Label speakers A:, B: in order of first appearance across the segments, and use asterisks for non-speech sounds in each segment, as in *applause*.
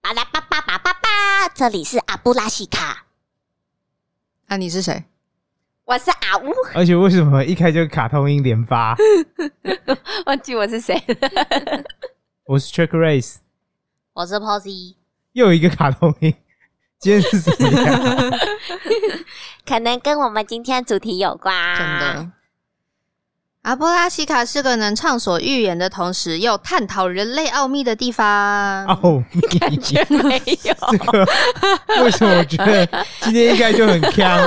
A: 巴拉巴巴巴巴巴，这里是阿布拉西卡，
B: 啊，你是谁？
A: 我是阿乌，
C: *laughs* 而且为什么一开就卡通音连发？
D: 忘记我是谁了。
C: 我是 Check Race，
A: 我是 Posy。
C: 又一个卡通音，今天是什么呀？
A: 可能跟我们今天主题有关。
C: 啊
B: 真的。阿波拉西卡是个能畅所欲言的同时又探讨人类奥秘的地方。 *laughs*
C: 哦，你
D: 感觉没有，
C: 这个为什么我觉得今天应该就很强？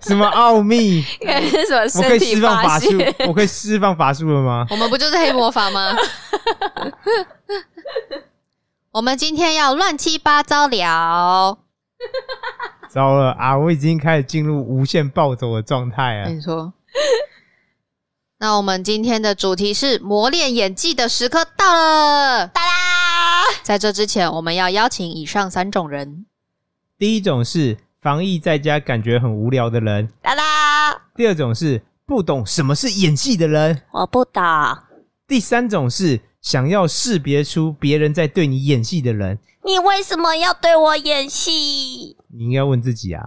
C: 什么奥
D: *laughs*
C: 秘？
D: 感觉是什么
C: 我可
D: 身
C: 以
D: 体
C: 释放法术
D: 泄？，
C: *laughs* 我可以释放法术了吗？
B: *laughs* 我们不就是黑魔法吗？ *laughs* 我们今天要乱七八糟聊。
C: 糟了啊！我已经开始进入无限暴走的状态啊了。
D: 嗯
B: 没错。那我们今天的主题是磨练演技的时刻到了。哒啦！在这之前，我们要邀请以上三种
C: *laughs*
B: 人。
C: 第一种是防疫在家感觉很无聊的人，
A: 啦啦，
C: 第二种是不懂什么是演戏的人，
A: 我不懂，
C: 第三种是想要识别出别人在对你演戏的人。
A: 你为什么要对我演戏？
C: 你应该问
B: *laughs*
C: 自己啊。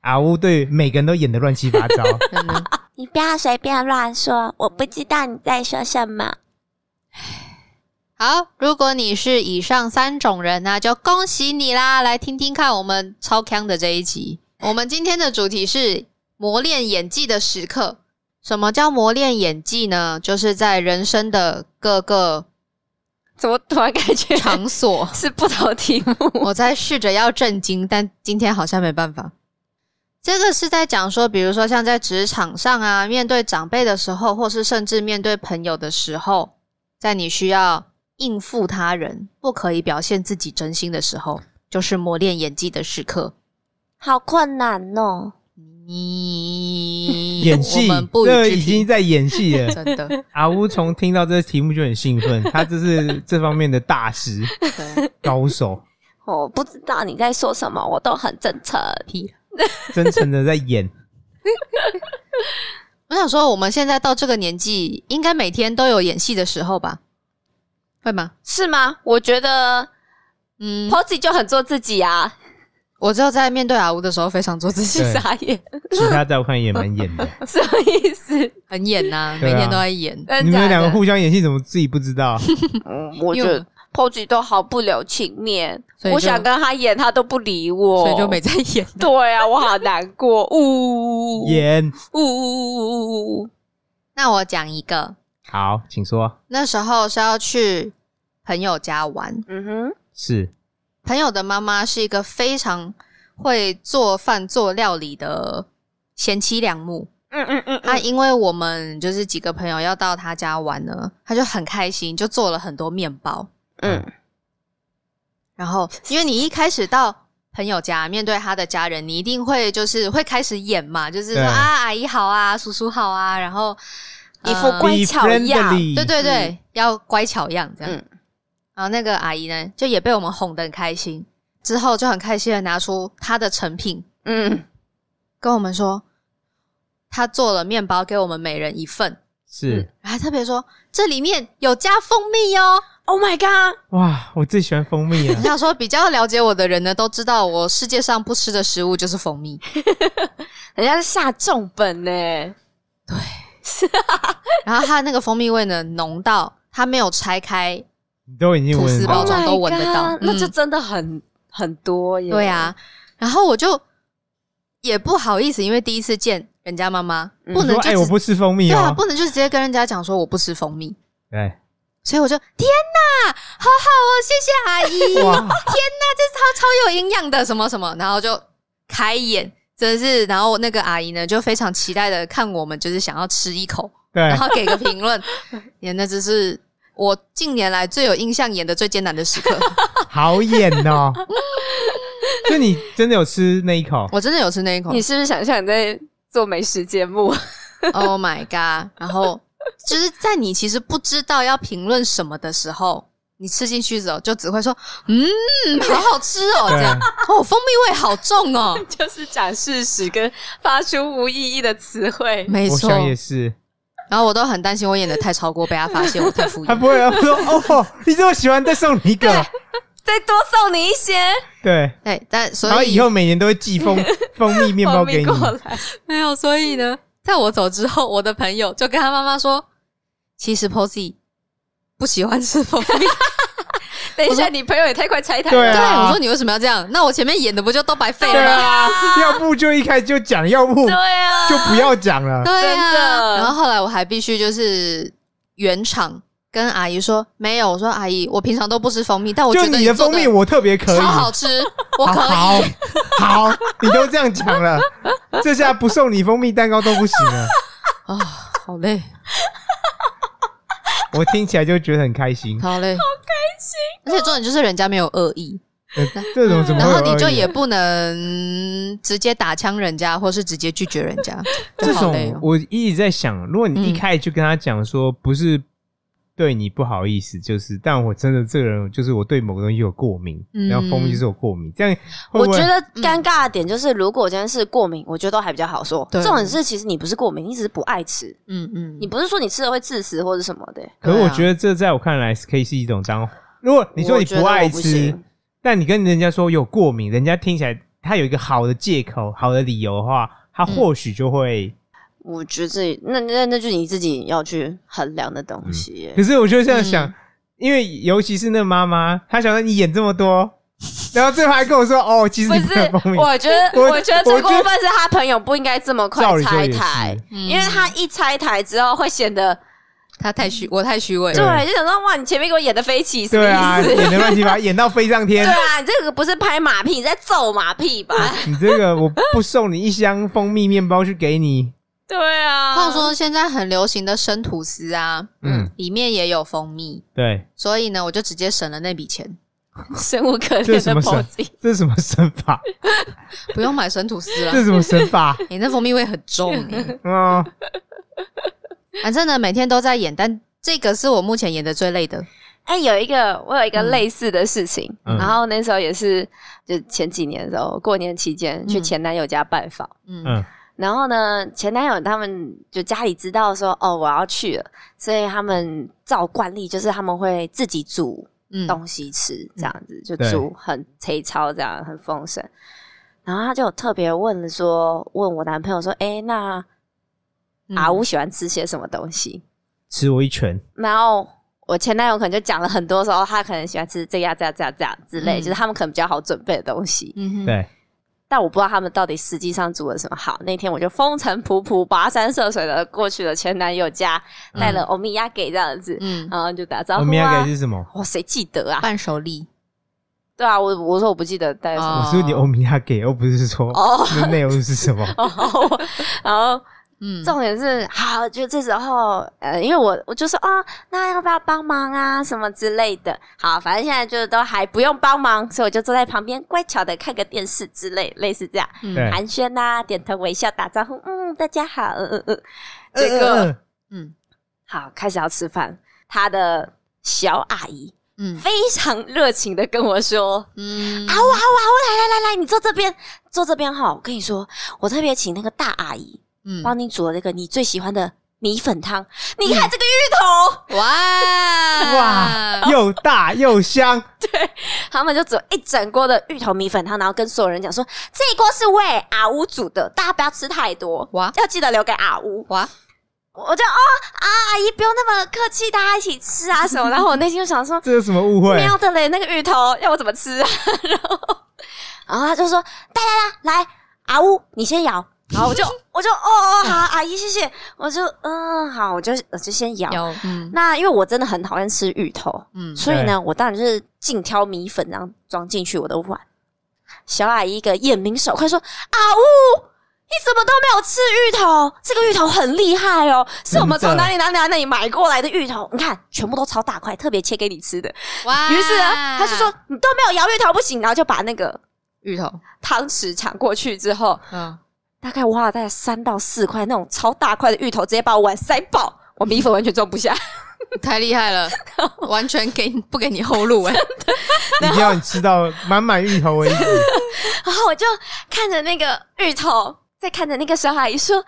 C: 阿乌对每个人都演的乱七八
B: *laughs*
C: 糟，
B: 真的
A: 你不要随便乱说，我不知道你在说什么。
B: 好，如果你是以上三种人那就恭喜你啦！来听听看我们超强的这一集。我们今天的主题是磨练演技的时刻。什么叫磨练演技呢？就是在人生的各个
D: 怎么突然感觉
B: 场所，
D: 是不同题目？
B: 我在试着要震惊，但今天好像没办法。这个是在讲说，比如说像在职场上啊，面对长辈的时候，或是甚至面对朋友的时候，在你需要应付他人，不可以表现自己真心的时候，就是磨练演技的时刻。
A: 好困难哦！
B: 你
C: 演
B: 我
C: 戏
B: 们不，
C: 这
B: 予
C: 已
B: 置
C: 经
B: 评，
C: 在演戏
B: *laughs*
C: 了。
B: 真的。
C: 阿乌从听到这个题目就很兴奋，他这是这方面的大
B: *laughs*
C: 师
B: 对
C: 高手，
A: 我不知道你在说什么，我都很真诚。
B: 屁
C: 真诚的在演。
B: 我想说，我们现在到这个年纪，应该每天都有演戏的时候吧？会吗？
D: 是吗？我觉得
B: 嗯
D: Posy 就很做自己啊，
B: 我只有在面对阿吴的时候非常做自己，
C: 对
D: 傻眼， *laughs*
C: 其他在我看也蛮
B: *laughs*
C: 演的。
D: 什么意思？
B: 很演呐、
C: 对
B: 每
C: 啊
B: 天都在演。
D: 真
C: 你们
D: 假
C: 两个
D: 的
C: 互相演戏，怎么自己不知
B: *laughs*
C: 道？
D: 嗯，我
B: 因
D: 觉
B: 为
D: 得 Posy 都毫不留情面，
B: 所以
D: 我
B: 就
D: 想跟他演，他都不理我，
B: 所以就没在演。
D: 对啊，我好难过，呜
C: 演
D: *laughs* 呜呜呜呜，
B: 那我讲一个，
C: 好，请说。
B: 那时候是要去朋友家玩，
A: 嗯哼，
C: 是
B: 朋友的妈妈是一个非常会做饭做料理的贤妻良母。
A: 嗯嗯嗯
B: 她因为我们就是几个朋友要到她家玩呢，她就很开心，就做了很多面包。
A: 嗯，
B: 然后，因为你一开始到朋友家，面对他的家人，你一定会就是会开始演嘛，就是说
C: 对
B: 啊，阿姨好啊，叔叔好啊，然后
A: 一副
B: 呃
A: 乖巧样
C: friendly，
B: 对对对，要乖巧样这样。
A: 嗯
B: 然后那个阿姨呢，就也被我们哄得很开心，之后就很开心的拿出她的成品
A: 嗯，
B: 跟我们说，她做了面包给我们每人一份，
C: 是
B: 还特别说这里面有加蜂蜜哦。 *laughs*
D: ，Oh my god！
C: 哇，我最喜欢蜂蜜
B: 我
C: 了。
B: 想说，比较了解我的人呢，都知道我世界上不吃的食物就是蜂蜜。
D: 人家是下重本呢、
B: 然后它那个蜂蜜味呢，浓到它没有拆开。
C: 你都已经
B: 吐司
C: 闻
B: 包
C: 到
B: 装都闻得到
D: Oh my god，那就
B: 嗯
D: 真的很、很多耶。
B: 对啊，然后我就也不好意思，因为第一次见人家妈妈，
D: 嗯
B: 不
C: 你
B: 能
C: 说
B: 就
C: 哎，
B: 直、
C: 我不吃蜂蜜
B: 对啊，
C: 哦。
B: 不能就直接跟人家讲说我不吃蜂蜜。
C: 对，
B: 所以我就天哪，好好哦，谢谢阿
C: *laughs*
B: 姨，天
C: 哇
B: 哪，这超超有营养的什么什么，然后就开眼，真的是，然后那个阿姨呢就非常期待的看我们，就是想要吃一口，
C: 对
B: 然，后给个评论， *laughs* 演的只是我近年来最有印象演的最艰难的时
C: *laughs*
B: 刻，
C: 好演
B: *laughs*
C: 哦！所以你真的有吃那一口？
B: 我真的有吃那一口
D: 你是不是想象你在做美食节目？
B: ，Oh my god！然后就是在你其实不知道要评论什么的时候，你吃进去之后就只会说，嗯，好好吃哦，这样，哦，蜂蜜味好重 *laughs* 哦，
D: 就是讲事实跟发出无意义的词汇。
B: 没
C: 我
B: 错。
C: 想也是。
B: 然后我都很担心我演的太超过被他发现我太敷
C: 他啊
B: 衍，
C: 不会，他说：“哦，你这么喜欢，再送你一个。”
D: 再多送你一些
C: 对，
B: 对，哎但所以
C: 然后以后每年都会寄蜂蜂蜜面包
D: 蜂蜜
C: 给你，
D: 过来。
B: *laughs* 没有，所以呢，在我走之后，我的朋友就跟他妈妈说，其实 Posy 不喜欢吃 *laughs* 蜂蜜。
D: 等一下，你朋友也太快拆台
C: 对
D: 了。
B: 对，
C: 啊
B: 我说你为什么要这样？那我前面演的不就都白费
C: 对
B: 了吗？
C: 啊，要不就一开始就讲，要不
D: 对啊，
C: 就不要讲 *laughs* 了。
B: 对
D: 真
B: 啊，
D: 的
B: 然后后来我还必须就是原厂跟阿姨说，没有，我说阿姨，我平常都不吃蜂蜜，但我
C: 就
B: 觉得
C: 你的
B: 做
C: 蜂蜜我特别可以，
B: 超好吃，我可以。
C: 好好好，你都这样讲了，这下不送你蜂蜜蛋糕都不行了。
B: 啊，好累，
C: 我听起来就觉得很开心，
B: 好累，好开心。而且重点就是人家没有恶意，
C: 呃这种怎么
B: 然
C: 会啊有
B: 后你就
C: 恶意
B: 也不能直接打枪人家，或是直接拒绝人家，
C: *laughs* 这
B: 就好累
C: 种
B: 哦。
C: 我一直在想，如果你一
B: 嗯
C: 开始就跟他讲说不是对你不好意思，就是但我真的这个人就是我对某个东西有过敏，
B: 嗯
C: 然后蜂蜜就是我过敏，这样会
E: 我
C: 不会
E: 觉得尴尬的点就是，如果我今天是过敏，我觉得都还比较好说。
B: 对
E: 这种事其实你不是过敏，你只是不爱吃，
B: 嗯嗯，
E: 你不是说你吃了会致死或者什么的。
C: 可是我
B: 对啊
C: 觉得这在我看来是可以是一种当，如果你说你
E: 我觉得
C: 不爱
E: 我不
C: 吃
E: 行，
C: 但你跟人家说有过敏，人家听起来他有一个好的借口、好的理由的话，
B: 嗯
C: 他或许就会。
E: 我觉得这那那那就是你自己要去衡量的东西耶。
C: 可是我就这样想，
B: 嗯
C: 因为尤其是那妈妈，她想说你演这么多， *laughs* 然后最后还跟我说哦，其实
E: 不
C: 你
E: 是
C: 能蜂，蜜。
E: 我觉得，
C: 我
E: 我觉得
C: 我觉
E: 最过
C: 得
E: 分是他朋友不应该这么
C: *laughs* 照
E: 快
C: 理说
E: 拆
C: 也是
E: 台，
B: 嗯
E: 因为他一拆台之后会显得
B: 他太
D: 嗯
B: 虚，我太虚伪了。
E: 对，就想说哇，你前面给我演的飞起，什么
C: 对
E: 意
C: 啊，
E: 思？
C: 演的乱七八，演到飞上天
E: 对。啊，你这个不是拍马屁，你在揍马屁吧？
C: 你这个我不送你一箱蜂蜜面包去给你，
D: 对啊，
B: 或者说现在很流行的生吐司啊，
C: 嗯
B: 嗯，里面也有蜂蜜，
C: 对，
B: 所以呢，我就直接省了那笔钱，
D: 生无可
C: 这是
D: 恋
C: 什
D: 的
C: 么
D: 脖
C: 神
D: 子。？
C: 这是什么神法？
E: *laughs*
B: 不用买生吐司
C: 这是
B: 了。
C: 什么神法？
B: 你、那蜂蜜味很重、欸，
C: 嗯，
B: 反正呢每天都在演，但这个是我目前演的最累的。
E: 哎、有一个我有一
B: 嗯
E: 个类似的事情，
C: 嗯
E: 然后那时候也是就前几年的时候，过年期间去
B: 嗯
E: 前男友家拜访，
B: 嗯，
C: 嗯
E: 然后呢，前男友他们就家里知道说哦我要去了，所以他们照惯例就是他们会自己煮
B: 嗯
E: 东西吃，这样子、就
C: 对
E: 煮很贼超这样很丰盛。然后他就有特别问了说，问我男朋友说，哎、那阿
B: 嗯
E: 乌喜欢吃些什么东西？
C: 吃我一拳。
E: 然后我前男友可能就讲了很多说，哦，他可能喜欢吃这样、这样、这样、这样之类，
B: 嗯
E: 就是他们可能比较好准备的东西。
B: 嗯哼，
C: 对，
E: 但我不知道他们到底实际上煮了什么好。那天我就风尘仆仆、跋山涉水的过去了前男友家，
C: 嗯
E: 带了欧米亚给这样子，
B: 嗯，
E: 然后就打招
C: 我
E: 呼
C: 明天
E: 啊
C: 给。是什么？
E: 哦，谁记得啊？
B: 伴手礼，
E: 对啊，我我说我不记得带了什么。
C: 我说你欧米亚给，又不是说
E: 哦
C: 那内容是什
E: *laughs*
C: 么。
E: 然后，然后
B: 嗯，
E: 重点是，好，就这时候，呃，因为我我就说，哦，那要不要帮忙啊，什么之类的。好，反正现在就都还不用帮忙，所以我就坐在旁边乖巧的看个电视之类，类似这样，
B: 嗯
C: 对
E: 寒暄啊，点头微笑，打招呼，嗯，大家好，嗯嗯嗯，
C: 这个
B: 嗯
E: 好，开始要吃饭。他的小阿姨
B: 嗯
E: 非常热情的跟我说。
B: 嗯，
E: 好啊，好啊，好啊，来来来来，你坐这边，坐这边哈。我跟你说，我特别请那个大阿姨
B: 嗯，
E: 帮你煮了那个你最喜欢的米粉汤。
C: 嗯
E: 你看这个芋头，
B: 哇
C: 哇，，呃又大又香，
E: 他们就煮一整锅的芋头米粉汤，然后跟所有人讲说，这一锅是为阿乌煮的，大家不要吃太多，
B: 哇
E: 要记得留给阿乌。
B: 哇，
E: 我就哦啊，阿姨不用那么客气，大家一起吃啊什么。然后我内心就想说，
C: 这有什么误会？
E: 喵的嘞，那个芋头要我怎么吃 *laughs* 啊？然后，然后他就说，来来来，来阿乌你先咬。然后我就我就哦哦好，阿姨谢谢。我就嗯好，我就我就先咬。
B: 有嗯
E: 那因为我真的很讨厌吃芋头， *laughs*
B: 嗯
E: 所以
C: 对
E: 呢，我当然就是尽挑米粉，然后装进去我的碗。小阿姨一个眼明手快说：“啊呜，你怎么都没有吃芋头？这个芋头很厉害哦，是我们
C: 真的
E: 从哪里哪里哪里买过来的芋头，你看全部都超大块，特别切给你吃的。”
B: 哇，
E: 于是呢，
B: 嗯
E: 她就说：“你都没有摇芋头不行。”然后就把那个
B: 芋头，
E: 汤匙抢过去之后，
B: 嗯，
E: 大概挖了大概三到四块那种超大块的芋头，直接把我碗塞爆，我米粉完全装不下。 *laughs*
B: 太厉害了，完全给你不给你后路
E: *laughs*
B: 哎，
C: 一定要你吃到满满芋头为止。，
E: *laughs* 然后我就看着那个芋头，再看着那个小阿姨说：“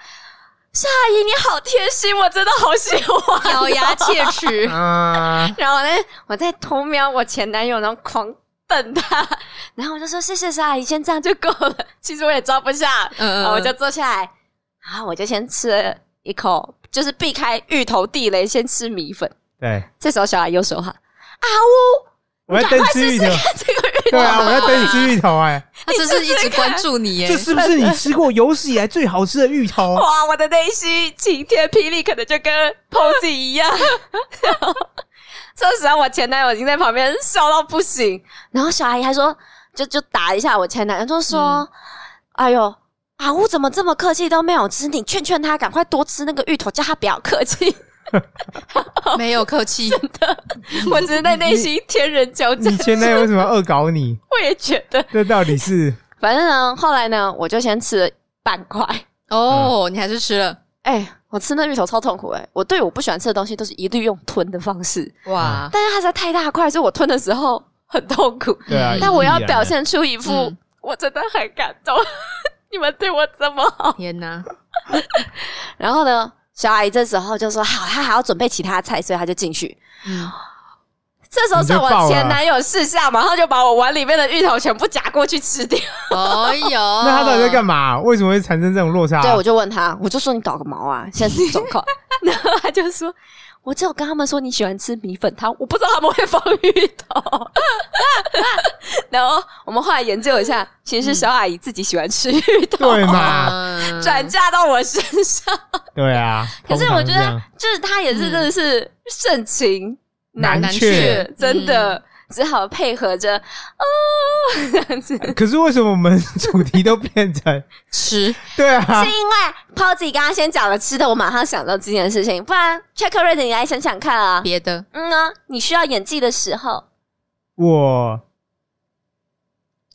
E: 小阿姨你好贴心，我真的好喜欢。
B: 咬牙切齿
E: *laughs*
C: 啊”，
E: 然后呢，我在偷瞄我前男友，然后狂瞪瞪他， *laughs* 然后我就说谢谢沙姨，先这样就够了。其实我也装不下，
B: 嗯
E: 然后我就坐下来，然后我就先吃了一口，就是避开芋头地雷，先吃米粉。
C: 对，
E: 这时候小孩又说话：“啊
C: 我在等吃芋头，
E: 呜， *laughs* 这个芋
C: 对啊，我在等你吃芋头哎、
B: 他只是一直关注你欸耶
C: 这。是不是你吃过有史以来最好吃的芋头？
E: 哇，我的内心晴天霹雳，可能就跟 Posy 一样。然后 *laughs* 这时候我前男友已经在旁边笑到不行，然后小阿姨还说，就就打一下我前男友，就说：“哎呦。”阿乌怎么这么客气都没有吃？你劝劝他，赶快多吃那个芋头，叫他不要客 *laughs* 气。
B: 没有客气，
E: 我只是在内心天人交战
C: 你，前男友为什么要恶搞你？
E: 我也觉得。
C: 这到底是
E: 反正呢，后来呢，我就先吃了半块。
B: 哦，你还是吃了
E: 哎、我吃那芋头超痛苦哎、我对我不喜欢吃的东西都是一律用吞的方式。
B: 哇？
C: 嗯
E: 但是它实在太大块，所以我吞的时候 *laughs* 很痛苦。
C: 对啊？
E: 嗯但我要表
C: 依然啊，
E: 现出一副、
B: 嗯
E: 我真的很感动， *laughs* 你们对我这么好。
B: 天哪！
E: 然后呢，小阿姨这时候就说：“好，她还要准备其他菜，所以她就进去。
B: 嗯，”
E: 这时候
C: 你就是爆
E: 我
C: 了
E: 前男友试下，马上就把我碗里面的芋头全部夹过去吃掉。
B: 哦哟，
C: *laughs* 那他
B: 那
C: 到底在干嘛？为什么会产生这种落差？
E: 对，我就问他，我就说：“你搞个毛
C: *laughs*
E: 啊！现在是状况。” *laughs* 然后他就说。我只有跟他们说你喜欢吃米粉汤，我不知道他们会放芋头。 *laughs* 然后我们后来研究一下，其实是小阿姨自己喜欢吃芋头。
C: 对嘛？
B: 嘛
E: 转嫁到我身上。
C: 对啊。
E: 可是
C: 通常
E: 我觉
C: 这样
E: 得，就是他也是真的是盛情
C: 难
E: 难却
C: 却，
E: 真的。
C: 嗯
E: 只好配合着哦， *laughs* 这样子，是
C: 可是为什么我们主题都变成
B: 嗯吃，
C: 对啊？
E: 因为 Posy 刚刚先讲了吃的，我马上想到这件事情，不然 Check Red 你来想想看啊，
B: 别的
E: 嗯啊，你需要演技的时候，
C: 我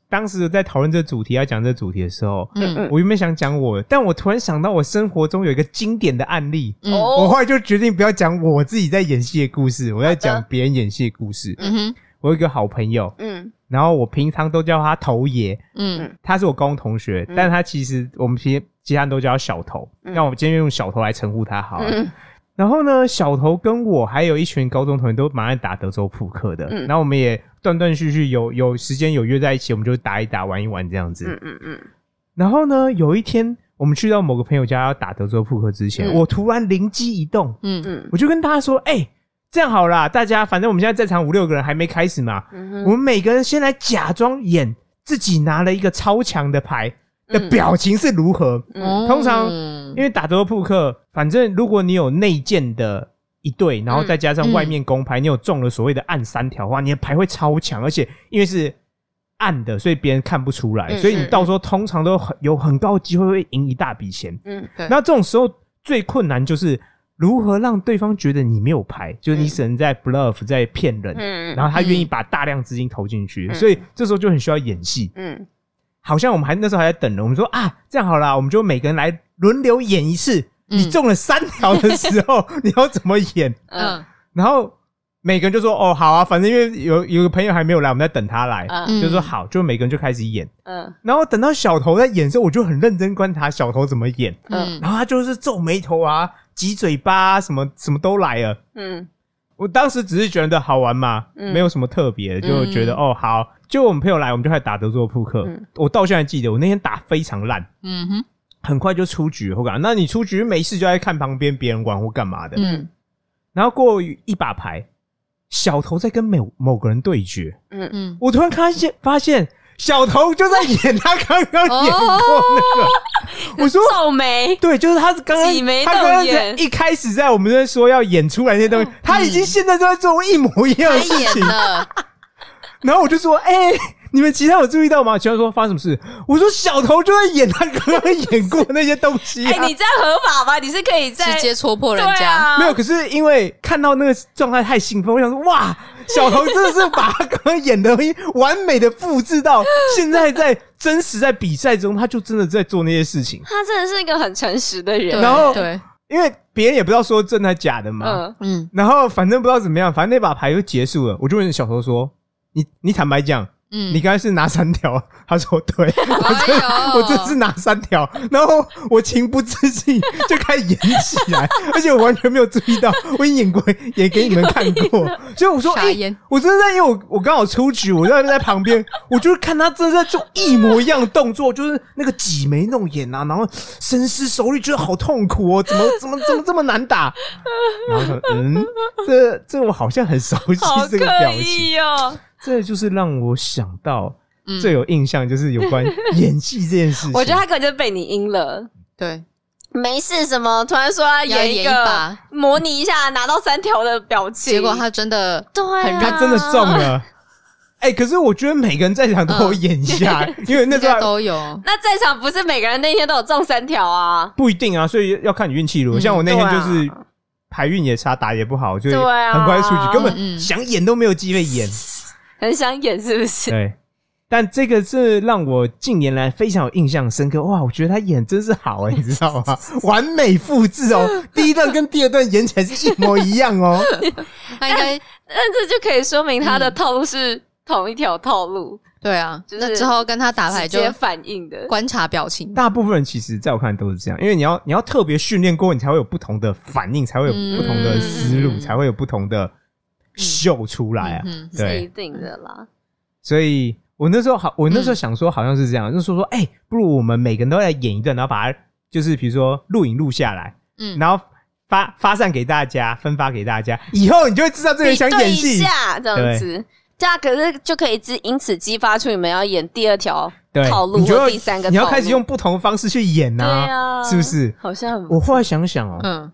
C: 当时在讨论这主题要讲这主题的时候，
B: 嗯
E: *laughs*
C: 我原本想讲我，但我突然想到我生活中有一个经典的案例，
B: 嗯
C: 我
E: 哦，
C: 后来就决定不要讲我自己在演戏的故事，我要讲别人演戏的故事。
B: 嗯哼
C: 我有一个好朋友，
E: 嗯
C: 然后我平常都叫他头爷，
B: 嗯
C: 他是我高中同学，
E: 嗯
C: 但他其实我们其其他人都叫他小头，
E: 嗯
C: 那我们今天用小头来称呼他好了。
E: 嗯
C: 然后呢，小头跟我还有一群高中同学都蛮爱打德州扑克的，
E: 嗯
C: 然后我们也断断续续有有时间有约在一起，我们就打一打玩一玩这样子。
E: 嗯嗯嗯，
C: 然后呢，有一天我们去到某个朋友家要打德州扑克之前，
E: 嗯
C: 我突然灵机一动，
B: 嗯
E: 嗯
C: 我就跟大家说：“哎、这样好啦，大家反正我们现在在场五六个人还没开始嘛，
E: 嗯
C: 我
E: 哼，
C: 们每个人先来假装演自己拿了一个超强的牌的
E: 嗯
C: 表情是如何。
E: 嗯
B: 嗯，
C: 通常
B: 嗯
C: 因为打德州扑克，反正如果你有内建的一对，然后再加上外面公牌，你有中了所谓的暗三条的话，你的牌会超强，而且因为是暗的，所以别人看不出来，
B: 嗯
C: 所以你到时候通常都很有很高的机会会赢一大笔钱。
E: 嗯
B: 对
C: 那这种时候最困难就是如何让对方觉得你没有牌，就是你只能在 bluff 在骗人，
E: 嗯
C: 然后他愿意把大量资金投进去，所以这时候就很需要演戏。
E: 嗯
C: 好像我们还那时候还在等人，我们说啊，这样好啦，我们就每个人来轮流演一次。
B: 嗯
C: 你中了三条的时
B: *laughs*
C: 候，你要怎么演？
E: 嗯
B: 嗯
C: 然后每个人就说哦，好啊，反正因为有有个朋友还没有来，我们在等他来，
E: 嗯
B: 嗯
C: 就说好，就每个人就开始演。
E: 嗯
C: 然后等到小头在演的时候，我就很认真观察小头怎么演，
B: 嗯
C: 然后他就是皱眉头啊、挤嘴巴、啊，什么什么都来了。
E: 嗯
C: 我当时只是觉得好玩嘛，
E: 嗯
C: 没有什么特别，就觉得、哦好，就我们朋友来，我们就开始打德州扑克。
E: 嗯
C: 我到现在记得，我那天打非常烂，
B: 嗯哼
C: 很快就出局或干嘛。那你出局没事就在看旁边别人玩或干嘛的。
B: 嗯
C: 然后过一把牌，小头在跟某某个人对决，
E: 嗯
B: 嗯，
C: 我突然看见发现小头就在演他刚刚演过
E: 哦
C: 那个，我说。
E: 皱眉，
C: 对，就是他刚刚
E: 挤眉，
C: 他刚刚
E: 弄眼嗯
C: 在一开始在我们在说要演出来那些东西，他已经现在都在做一模一样
B: 他
C: 的事情
B: 演。了，
C: 然后我就说：“哎、你们其他有注意到吗？”其他人说：“发生什么事？”我说：“小头就在演他刚刚演过那些东西、啊。
E: 哎，你这样合法吗？你是可以 *laughs* 在
B: 直接戳破人
E: 对
B: 家，
E: 啊
C: 没有，可是因为看到那个状态太兴奋，我想说哇，小头真的是把他刚刚演的东西完美的复制到现在，在真实在比赛中，他就真的在做那些事情。
E: 他真的是一个很诚实的
B: 对
E: 人。
C: 然后
B: 对，
C: 因为别人也不知道说真的假的嘛。
E: 嗯
B: 嗯
C: 然后反正不知道怎么样，反正那把牌就结束了。我就问小头说：“你你坦白讲，
B: 嗯
C: 你刚才是哪三条？他说对，
B: *laughs*
C: *laughs* 我
B: 哎
C: 这、
B: 呦
C: 我这是哪三条？然后我情不自禁就开始演起来，而且我完全没有注意到，我已经演过，也给你们看过，所以我说，
B: 傻
C: 哎、
B: 眼
C: 我真的在，因为我我刚好出局，我在在旁边，我就是看他真的在做一模一样的动作，就是那个挤眉弄眼啊，然后深思熟虑，觉得好痛苦哦，怎么怎么怎么这么难打？然后说，嗯，这这我好像很熟悉
D: 好
C: 这
D: 刻
C: 个表情。
D: 意哦！
C: 这就是让我想到
B: 嗯
C: 最有印象，就是有关演戏这件事情。
E: 我觉得他可能就被你阴了。
B: 对，
E: 没事，什么突然说要
B: 要
E: 演
B: 演一
E: 个
B: 把
E: 模拟一下拿到三条的表情，
B: 结果他真的
E: 对、啊，
B: 很
C: 他真的中了。哎、可是我觉得每个人在场都有
B: 嗯
C: 演一
B: *laughs*
C: 下，因为那
B: 应
C: 时
B: 该
C: 候还
B: 都有，
E: 那在场不是每个人那天都有中三条啊？
C: 不一定啊，所以要看你运气如何。
B: 嗯
C: 像我那天就
E: 对
C: 是牌运也差，打也不好，就
E: 对啊
C: 很快出局，
B: 嗯嗯
C: 根本想演都没有机会
B: *laughs*
C: 演。
E: 很想演是不是？
C: 对，但这个是让我近年来非常有印象深刻。哇，我觉得他演真是好哎、你知道
B: *laughs*
C: 吗？完美复制哦，第一段跟第二段演起来是一模一样哦。
B: 他应该
E: 但这就可以说明他
B: 嗯
E: 的套路是同一条套路，
B: 对啊，
E: 就是
B: 那之后跟他打牌
E: 直
B: 就
E: 接反应的。
B: 观察表情，
C: 大部分人其实在我看来都是这样，因为你要你要特别训练过，你才会有不同的反应，才会有
B: 嗯
C: 不同的思路，
B: 嗯
C: 才会有不同的秀出来啊。
B: 嗯，
E: 是
C: 对，
E: 一定的啦，
C: 所以我那时候好，我
E: 嗯
C: 那时候想说好像是这样，就说说，哎、不如我们每个人都来演一段，然后把它就是比如说录影录下来，
B: 嗯
C: 然后发发散给大家，分发给大家，以后你就会知道这个人想
E: 比对
C: 演
E: 一
C: 戏。
E: 下这样子，这样可是就可以自因此激发出你们要演第二条
C: 对
E: 套，路
C: 你就
E: 或
C: 要
E: 第三个套路，
C: 你要开始用不同的方式去演呐、
E: 对啊，
C: 是不？是？
E: 好像很
C: 我后来想想哦、
B: 嗯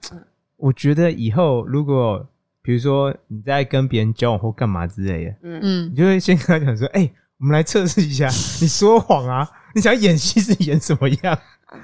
C: 我觉得以后如果比如说你在跟别人交往或干嘛之类的，你
B: 嗯，
C: 就会先跟他讲说：“哎、我们来测试一下，你说谎啊，你想演戏是演什么样？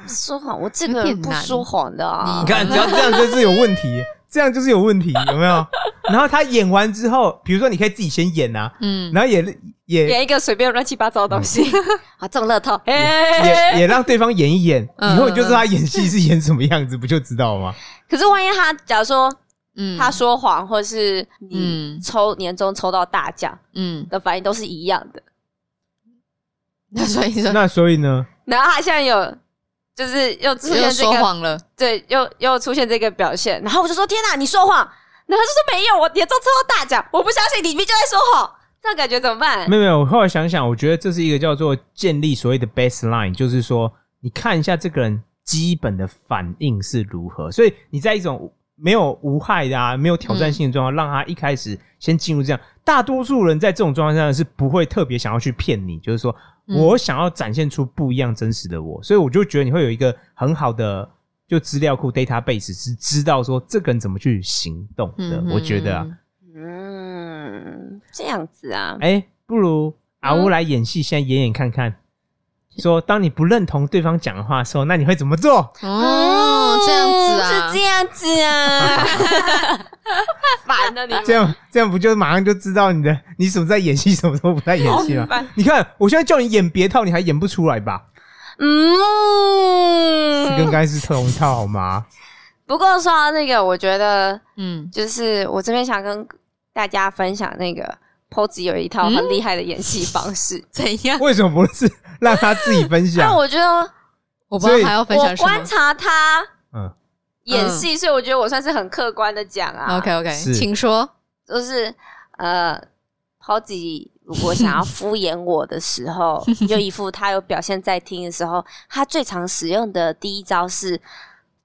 E: 说谎，我这
B: 有
E: 个
B: 点
E: 人不
B: 难
E: 说谎的啊
C: 你。看，只要这样就是有问题，这样就是有问题，有没有？然后他演完之后，比如说你可以自己先演啊，
B: 嗯，
C: 然后也也
E: 演一个随便乱七八糟的东西啊，中乐透，哎、
C: 也也让对方演一演，
B: 嗯
C: 以后你就知道他演戏是演什么样子，不就知道吗？
E: 可是万一他假如说
B: 嗯，
E: 他说谎，或是你
B: 嗯
E: 抽年终抽到大奖
B: 嗯，
E: 的反应都是一样的，
B: 那所以说
C: 那所以呢？
E: 然后他现在有就是又出
B: 又
E: 现这
B: 说
E: 个，
B: 谎了，
E: 对，又又出现这个表现，然后我就说天哪、你说谎，然后他就说没有，我年终抽到大奖，我不相信你，你就在说谎，这样感觉怎么办
C: 没？有没有，我后来想想，我觉得这是一个叫做建立所谓的 baseline，就是说你看一下这个人基本的反应是如何，所以你在一种没有无害的啊，没有挑战性的状况，让他一开始先进入这样。大多数人在这种状况下是不会特别想要去骗你，就是说
B: 嗯
C: 我想要展现出不一样真实的我，所以我就觉得你会有一个很好的。就资料库 database 是知道说这个人怎么去行动的，
B: 嗯
C: 我觉得、啊，
E: 嗯，这样子啊，
C: 哎、不如阿
E: 嗯
C: 乌来演戏，先演演看看。说，当你不认同对方讲的话的时候，那你会怎么做？
B: 哦，这样子啊，
E: 是这样子啊， *laughs* 烦了你们
C: 这样这样不就马上就知道你的你什么在演戏，什么时候不在演戏吗
E: 烦？
C: 你看，我现在叫你演别套，你还演不出来吧？是跟
E: 嗯，
C: 刚才是同一套好吗？
E: 不过说到那个，我觉得
B: 嗯，
E: 就是我这边想跟大家分享那个 Pose 有一套很厉害的演戏方式。
B: 怎样？
C: *laughs* 为什么不是让他自己分
E: 但 *laughs*
C: 享？
E: 嗯啊我觉得
B: *laughs* 我不知
C: 所以
B: 道还要分
E: 我
B: 享什
E: 观
B: 么。
E: 察他
C: 嗯，
E: 演戏，所以我觉得我算是很客观的讲啊。
B: OK *laughs* OK，
C: 是
B: 请说。
E: 就是呃，Pose 如果想要敷衍我的时
C: *laughs*
E: 候，就一副他有表现在听的时候，他最常使用的第一招是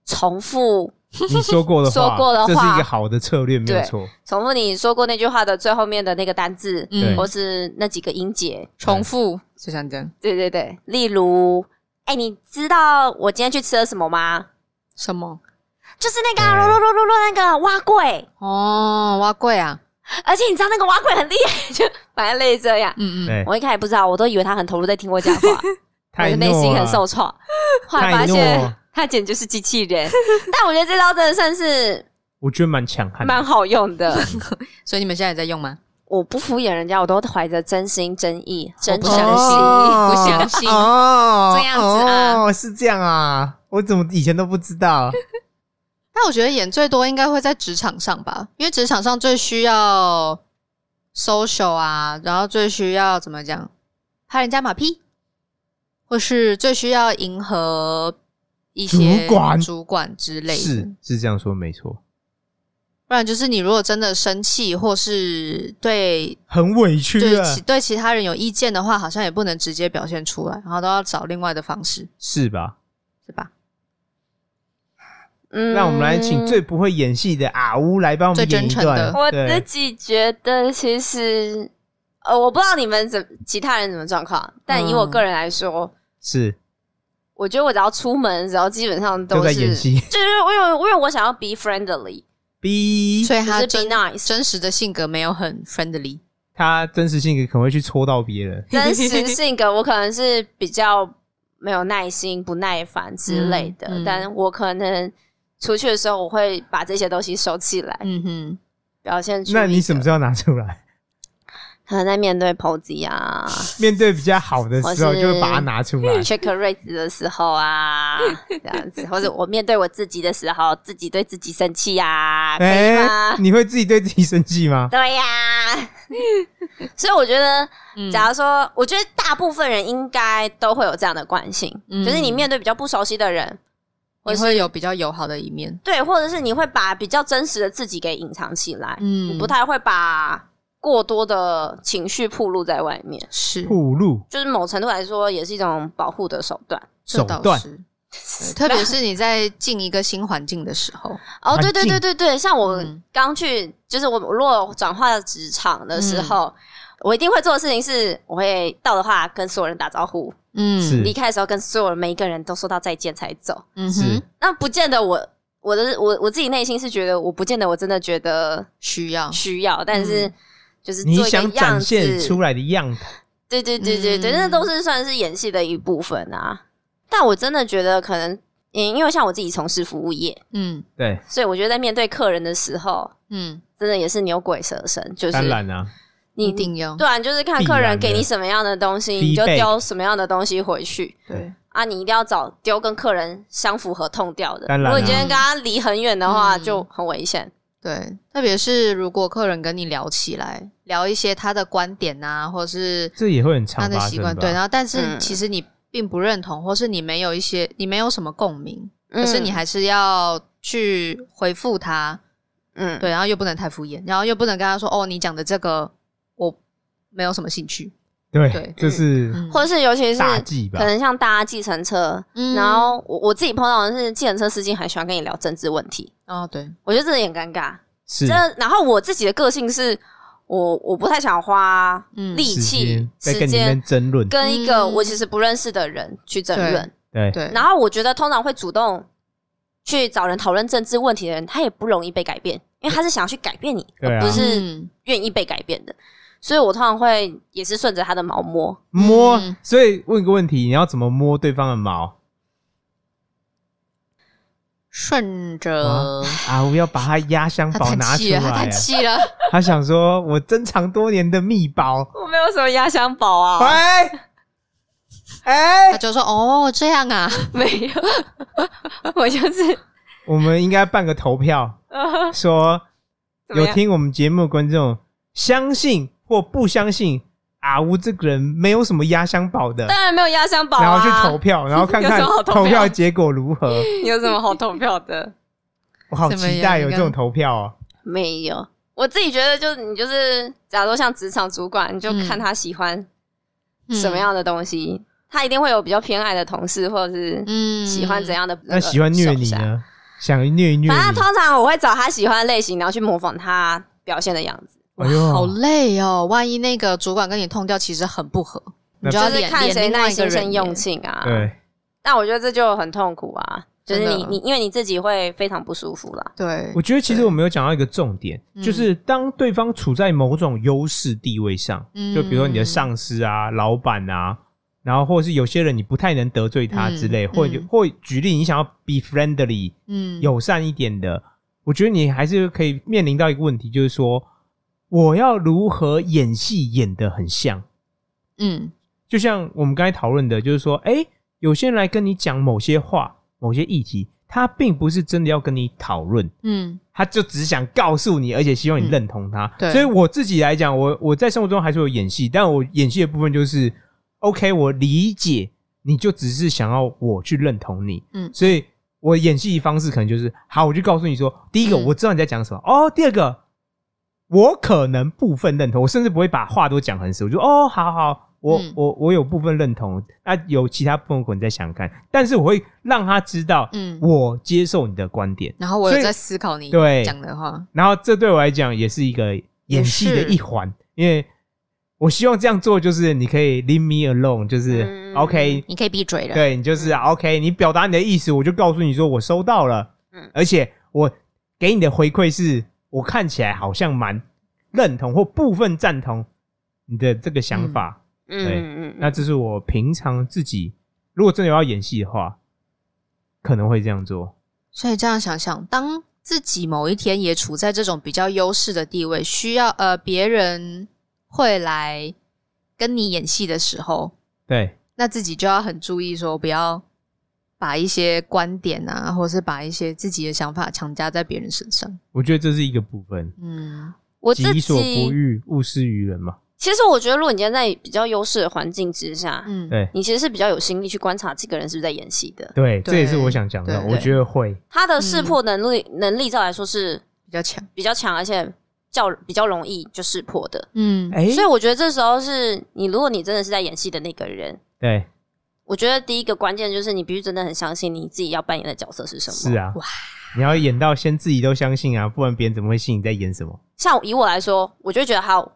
E: 重复
C: 你说过的话，
E: *laughs* 说过的话
C: 这是一个好的策略，没有
E: 对
C: 错。
E: 重复你说过那句话的最后面的那个单字，
C: 对
B: 嗯
E: 或，是那几个音节。
B: 重复就像这样，
E: 对对对，例如，哎、你知道我今天去吃了什么吗？
B: 什么？
E: 就是那个啊噜
C: 对
E: 噜噜噜噜那个蛙柜，
B: 哦，挖柜啊，
E: 而且你知道那个蛙柜很厉害，就反正类似这样。
B: 嗯嗯，
C: 对，
E: 我一开始不知道，我都以为他很投入在听我讲话，我
C: 哎太
E: 的内
C: 懦
E: 心
C: 了
E: 很
C: *laughs*
E: 受创。后来
C: 太懦
E: 发现他简直就是机器人，但我觉得这招真的算是
C: 我觉得蛮强悍的。
E: 蛮好用的。
C: 嗯
B: 所以你们现在也在用吗？
E: *laughs* 我不敷衍人家，我都怀着真心真意、真
B: 不
E: 诚
B: 相信
E: 心。
C: 哦
B: 不相信
C: 哦，
E: 这样子啊
C: 哦，是这样啊，我怎么以前都不知道？
B: 但我觉得演最多应该会在职场上吧，因为职场上最需要 social 啊，然后最需要怎么讲拍人家马屁，或是最需要迎合一
C: 主
B: 些
C: 管
B: 主管之类的。
C: 是是这样说没错，
B: 不然就是你如果真的生气，或是对
C: 很委屈
B: 对
C: 啊，
B: 其对其他人有意见的话，好像也不能直接表现出来，然后都要找另外的方式，
C: 是吧？
B: 是吧？
E: 嗯
C: 让我们来请最不会演戏的阿乌来帮我们
B: 最
C: 演一
B: 真诚
C: 段。
B: 的
E: 我自
C: 对
E: 己觉得，其实呃，我不知道你们怎其他人怎么状况，但以我个人来说，
C: 是
E: 我觉得我只要出门的时候，基本上
C: 都
E: 都
C: 在
E: 是
C: 演戏 *laughs*
E: 就是因为因为我想要 be friendly，
C: B，
B: 所以
E: 嗯就
B: 他
E: 是
B: 真
E: be nice，
B: 真实的性格没有很 friendly，
C: 他真实性格可能会去戳到别
B: *laughs*
C: 人。
E: 真实性格我可能是比较没有耐心、不耐烦之类的，
B: 嗯嗯
E: 但我可能出去的时候，我会把这些东西收起来，
B: 嗯哼，
E: 表现出。
C: 那你什么时
E: 候？
C: 候拿出来？ *laughs*
E: 可能在面对
B: *laughs*
E: POZ 啊
C: 面对比较好的时候，
E: 我是
C: 就会把它拿出来。
E: ，check rate 的时候
B: *laughs*
E: 啊，这样子，或者我面对我自己的时候，自己对自己生气
C: 哎
E: 啊，可以吗？
C: 你会自己对自己生气吗？
E: 对呀、 *laughs* 所以我觉得。
B: 嗯
E: 假如说，我觉得大部分人应该都会有这样的惯性，
B: 嗯
E: 就是你面对比较不熟悉的人，
B: 你会有比较友好的一面，
E: 对，或者是你会把比较真实的自己给隐藏起来，
B: 嗯，
E: 不太会把过多的情绪暴露在外面，
B: 是
C: 铺路
E: 就是某程度来说也是一种保护的手段。
B: 这
C: 手
B: 倒
C: 段
B: 是嗯对特别是你在进一个新环境的时
E: *laughs*
B: 候，
E: 哦，对
C: 环境
E: 对对对对，像我
B: 嗯
E: 刚去，就是我我如果转化到职场的
C: 嗯
E: 时候。我一定会做的事情是，我会到的话跟所有人打招呼，
B: 嗯，
C: 是
E: 离开的时候跟所有人每一个人都说到再见才走。
B: 嗯
C: 是
B: 哼，
E: 那不见得我我的我我自己内心是觉得我不见得我真的觉得
B: 需要，
E: 需要，但是就是
C: 嗯你
E: 做一个
C: 想
E: 样
C: 展现
E: 子，
C: 出来的样子，
E: 对对对对
B: 嗯
E: 对，那都是算是演戏的一部分啊。但我真的觉得可能，嗯，因为像我自己从事服务业，
B: 嗯
C: 对，
E: 所以我觉得在面对客人的时候，
B: 嗯，
E: 真的也是牛鬼蛇神，就是
C: 当然啦，
E: 你
B: 一定哦要，
E: 对啊，你就是看
C: 必
E: 客
C: 然
E: 人
C: 的
E: 给你什么样的东西，你就
C: Feedback
E: 丢什么样的东西回去。
B: 对，
E: 啊，你一定要找丢跟客人相符合痛调的。
C: 当然
E: 如果
C: 啊
E: 你今天跟他离很远的话，
B: 嗯
E: 就很危险。
B: 对，特别是如果客人跟你聊起来，聊一些他的观点啊，或是
C: 这也会很
B: 他
C: 常
B: 的
C: 发
B: 习
C: 生
B: 惯，
C: 吧？
B: 对，然后但是
E: 嗯
B: 其实你并不认同，或是你没有一些，你没有什么共鸣，可是你
E: 嗯
B: 还是要去回复他，
E: 嗯，
B: 对，然后又不能太敷衍，然后又不能跟他说，哦，你讲的这个我没有什么兴趣，
C: 对
B: 对，
C: 这是
B: 嗯
E: 或者是尤其是
C: 大忌吧
E: 可？能像搭计程车，
B: 嗯
E: 然后我我自己碰到的是计程车司机很喜欢跟你聊政治问题，
B: 哦，对，
E: 我觉得这也很尴尬。
C: 是
E: 这然后我自己的个性是我我不太想花
B: 嗯
E: 力
C: 时
E: 气
C: 间、在
E: 时
C: 跟你
E: 间
C: 们争论，
E: 跟一个
B: 嗯
E: 我其实不认识的人去争
B: 对
E: 论。
C: 对，
B: 对，
E: 然后我觉得通常会主动去找人讨论政治问题的人，他也不容易被改变，因为他是想要去改变你，
C: 对啊
E: 而不是
B: 嗯
E: 愿意被改变的。所以我通常会也是顺着他的毛摸，
C: 摸
B: 嗯。
C: 所以问个问题，你要怎么摸对方的毛？
B: 顺着。
C: 啊，我要把他压箱
B: 他
C: 宝
B: 叹
C: 拿出
B: 气了，
C: 来
B: 他
C: 啊
B: 叹。气了，
C: 他想说，我珍藏多年的密宝，
E: 我没有什么压箱宝啊，
C: 哎
B: 他
C: 哎，
B: 就说：“哦，这样啊，
E: 没有， *laughs* 我就是
C: 我们应该办个投票，说
E: 么
C: 有
E: 样
C: 听我们节目的观众相信或不相信阿乌这个人没有什么压箱宝的，
E: 当然没有压箱宝
C: 然后
E: 啊。
C: 去投票，然后看
E: 有
C: 看
E: 什么好投票
C: 投票结果如何。
E: 有什么好投票的？
C: 我好
B: 怎么
C: 期待
B: 样
C: 有这种投票哦。
E: 没有，我自己觉得就是你就是，假如说像职场主管，你就
B: 嗯
E: 看他喜欢
B: 嗯
E: 什么？样的东西，他一定会有比较偏爱的同事，或者是
B: 嗯
E: 喜欢怎？样的、呃
C: 那喜欢虐
B: 呃
C: 你？呢？想虐一虐
E: 反正
C: 你？
E: 通常我会找他喜欢的类型，然后去模仿他表现的样子，
C: 哎呦，
E: 嗯
B: 好累哦！万一那个主管跟你痛掉，其实很不合，
C: 那
B: 你就
E: 就
B: 要
E: 是
B: 脸
E: 看谁
B: 脸另
E: 耐
B: 外一个
E: 心
B: 人
E: 先
B: 耶
E: 用尽啊。
C: 对，
E: 但我觉得这就很痛苦啊，就是
B: 真
E: 你
B: 的
E: 你因为你自己会非常不舒服啦。
B: 对
C: 我，觉得其实我们有讲到一个重点，
B: 嗯
C: 就是当对方处在某种优势地位上，
B: 嗯
C: 就比如说你的上司啊、老板啊，然后或者是有些人你不太能得罪他之类，
B: 嗯
C: 或者
B: 嗯
C: 或举例你想要 be friendly
B: 嗯
C: 友善一点的，我觉得你还是可以面临到一个问题，就是说我要如何演戏演得很像。
B: 嗯
C: 就像我们刚才讨论的，就是说，哎、有些人来跟你讲某些话、某些议题，他并不是真的要跟你讨论，
B: 嗯
C: 他就只想告诉你，而且希望你认同他。
B: 对
C: 所以我自己来讲，我我在生活中还是有演戏，但我演戏的部分就是，哦， OK，我理解，你就只是想要我去认同你，嗯
B: 嗯，
C: 所以我演戏方式可能就是，好，我就告诉你说，第一个
B: 嗯
C: 我知道你在讲什么，哦，第二个我可能部分认同，我甚至不会把话都讲很死，我就哦，好好，我、
B: 嗯
C: 我我有部分认同，那、有其他部分可能在想看，但是我会让他知道，
B: 嗯
C: 我接受你的观点，
B: 然后我
C: 所
B: 有
C: 以
B: 在思考你
C: 对
B: 讲的话，
C: 然后这对我来讲也是一个演戏的一环，因为我希望这样做就是你可以 leave me alone，就是、
E: 嗯
C: OK，
B: 你可以闭嘴了。
C: 对你就是、OK，你表达你的意思，我就告诉你说我收到了，
E: 嗯
C: 而且我给你的回馈是我看起来好像蛮认同或部分赞同你的这个想法，
E: 嗯嗯嗯，
C: 那这是我平常自己如果真的要演戏的话，可能会这样做，
B: 所以这样想想，当自己某一天也处在这种比较优势的地位，需要呃别人会来跟你演戏的时候，
C: 对，
B: 那自己就要很注意说，不要把一些观点啊，或是把一些自己的想法强加在别人身上。
C: 我觉得这是一个部分，
B: 嗯，
E: 我自
C: 己
E: 己
C: 所不欲，勿施于人嘛。
E: 其实我觉得，如果你今天在比较优势的环境之下，
B: 嗯，
C: 对
E: 你其实是比较有心力去观察这个人是不是在演戏的。
C: 对，这也是
B: 对
C: 我想讲的。
B: 对
C: 我觉得会，
E: 他的识破能力、能力，照来说是
B: 比较强。
E: 比较强，而且较比较容易就识破的。
B: 嗯，
C: 哎、
E: 所以我觉得这时候是你，如果你真的是在演戏的那个人，
C: 对，
E: 我觉得第一个关键就是你必须真的很相信你自己要扮演的角色是什么。
C: 是，啊
B: 哇，
C: 你要演到先自己都相信啊，不然别人怎么会信你在演什么？
E: 像以我来说，我就会觉得好，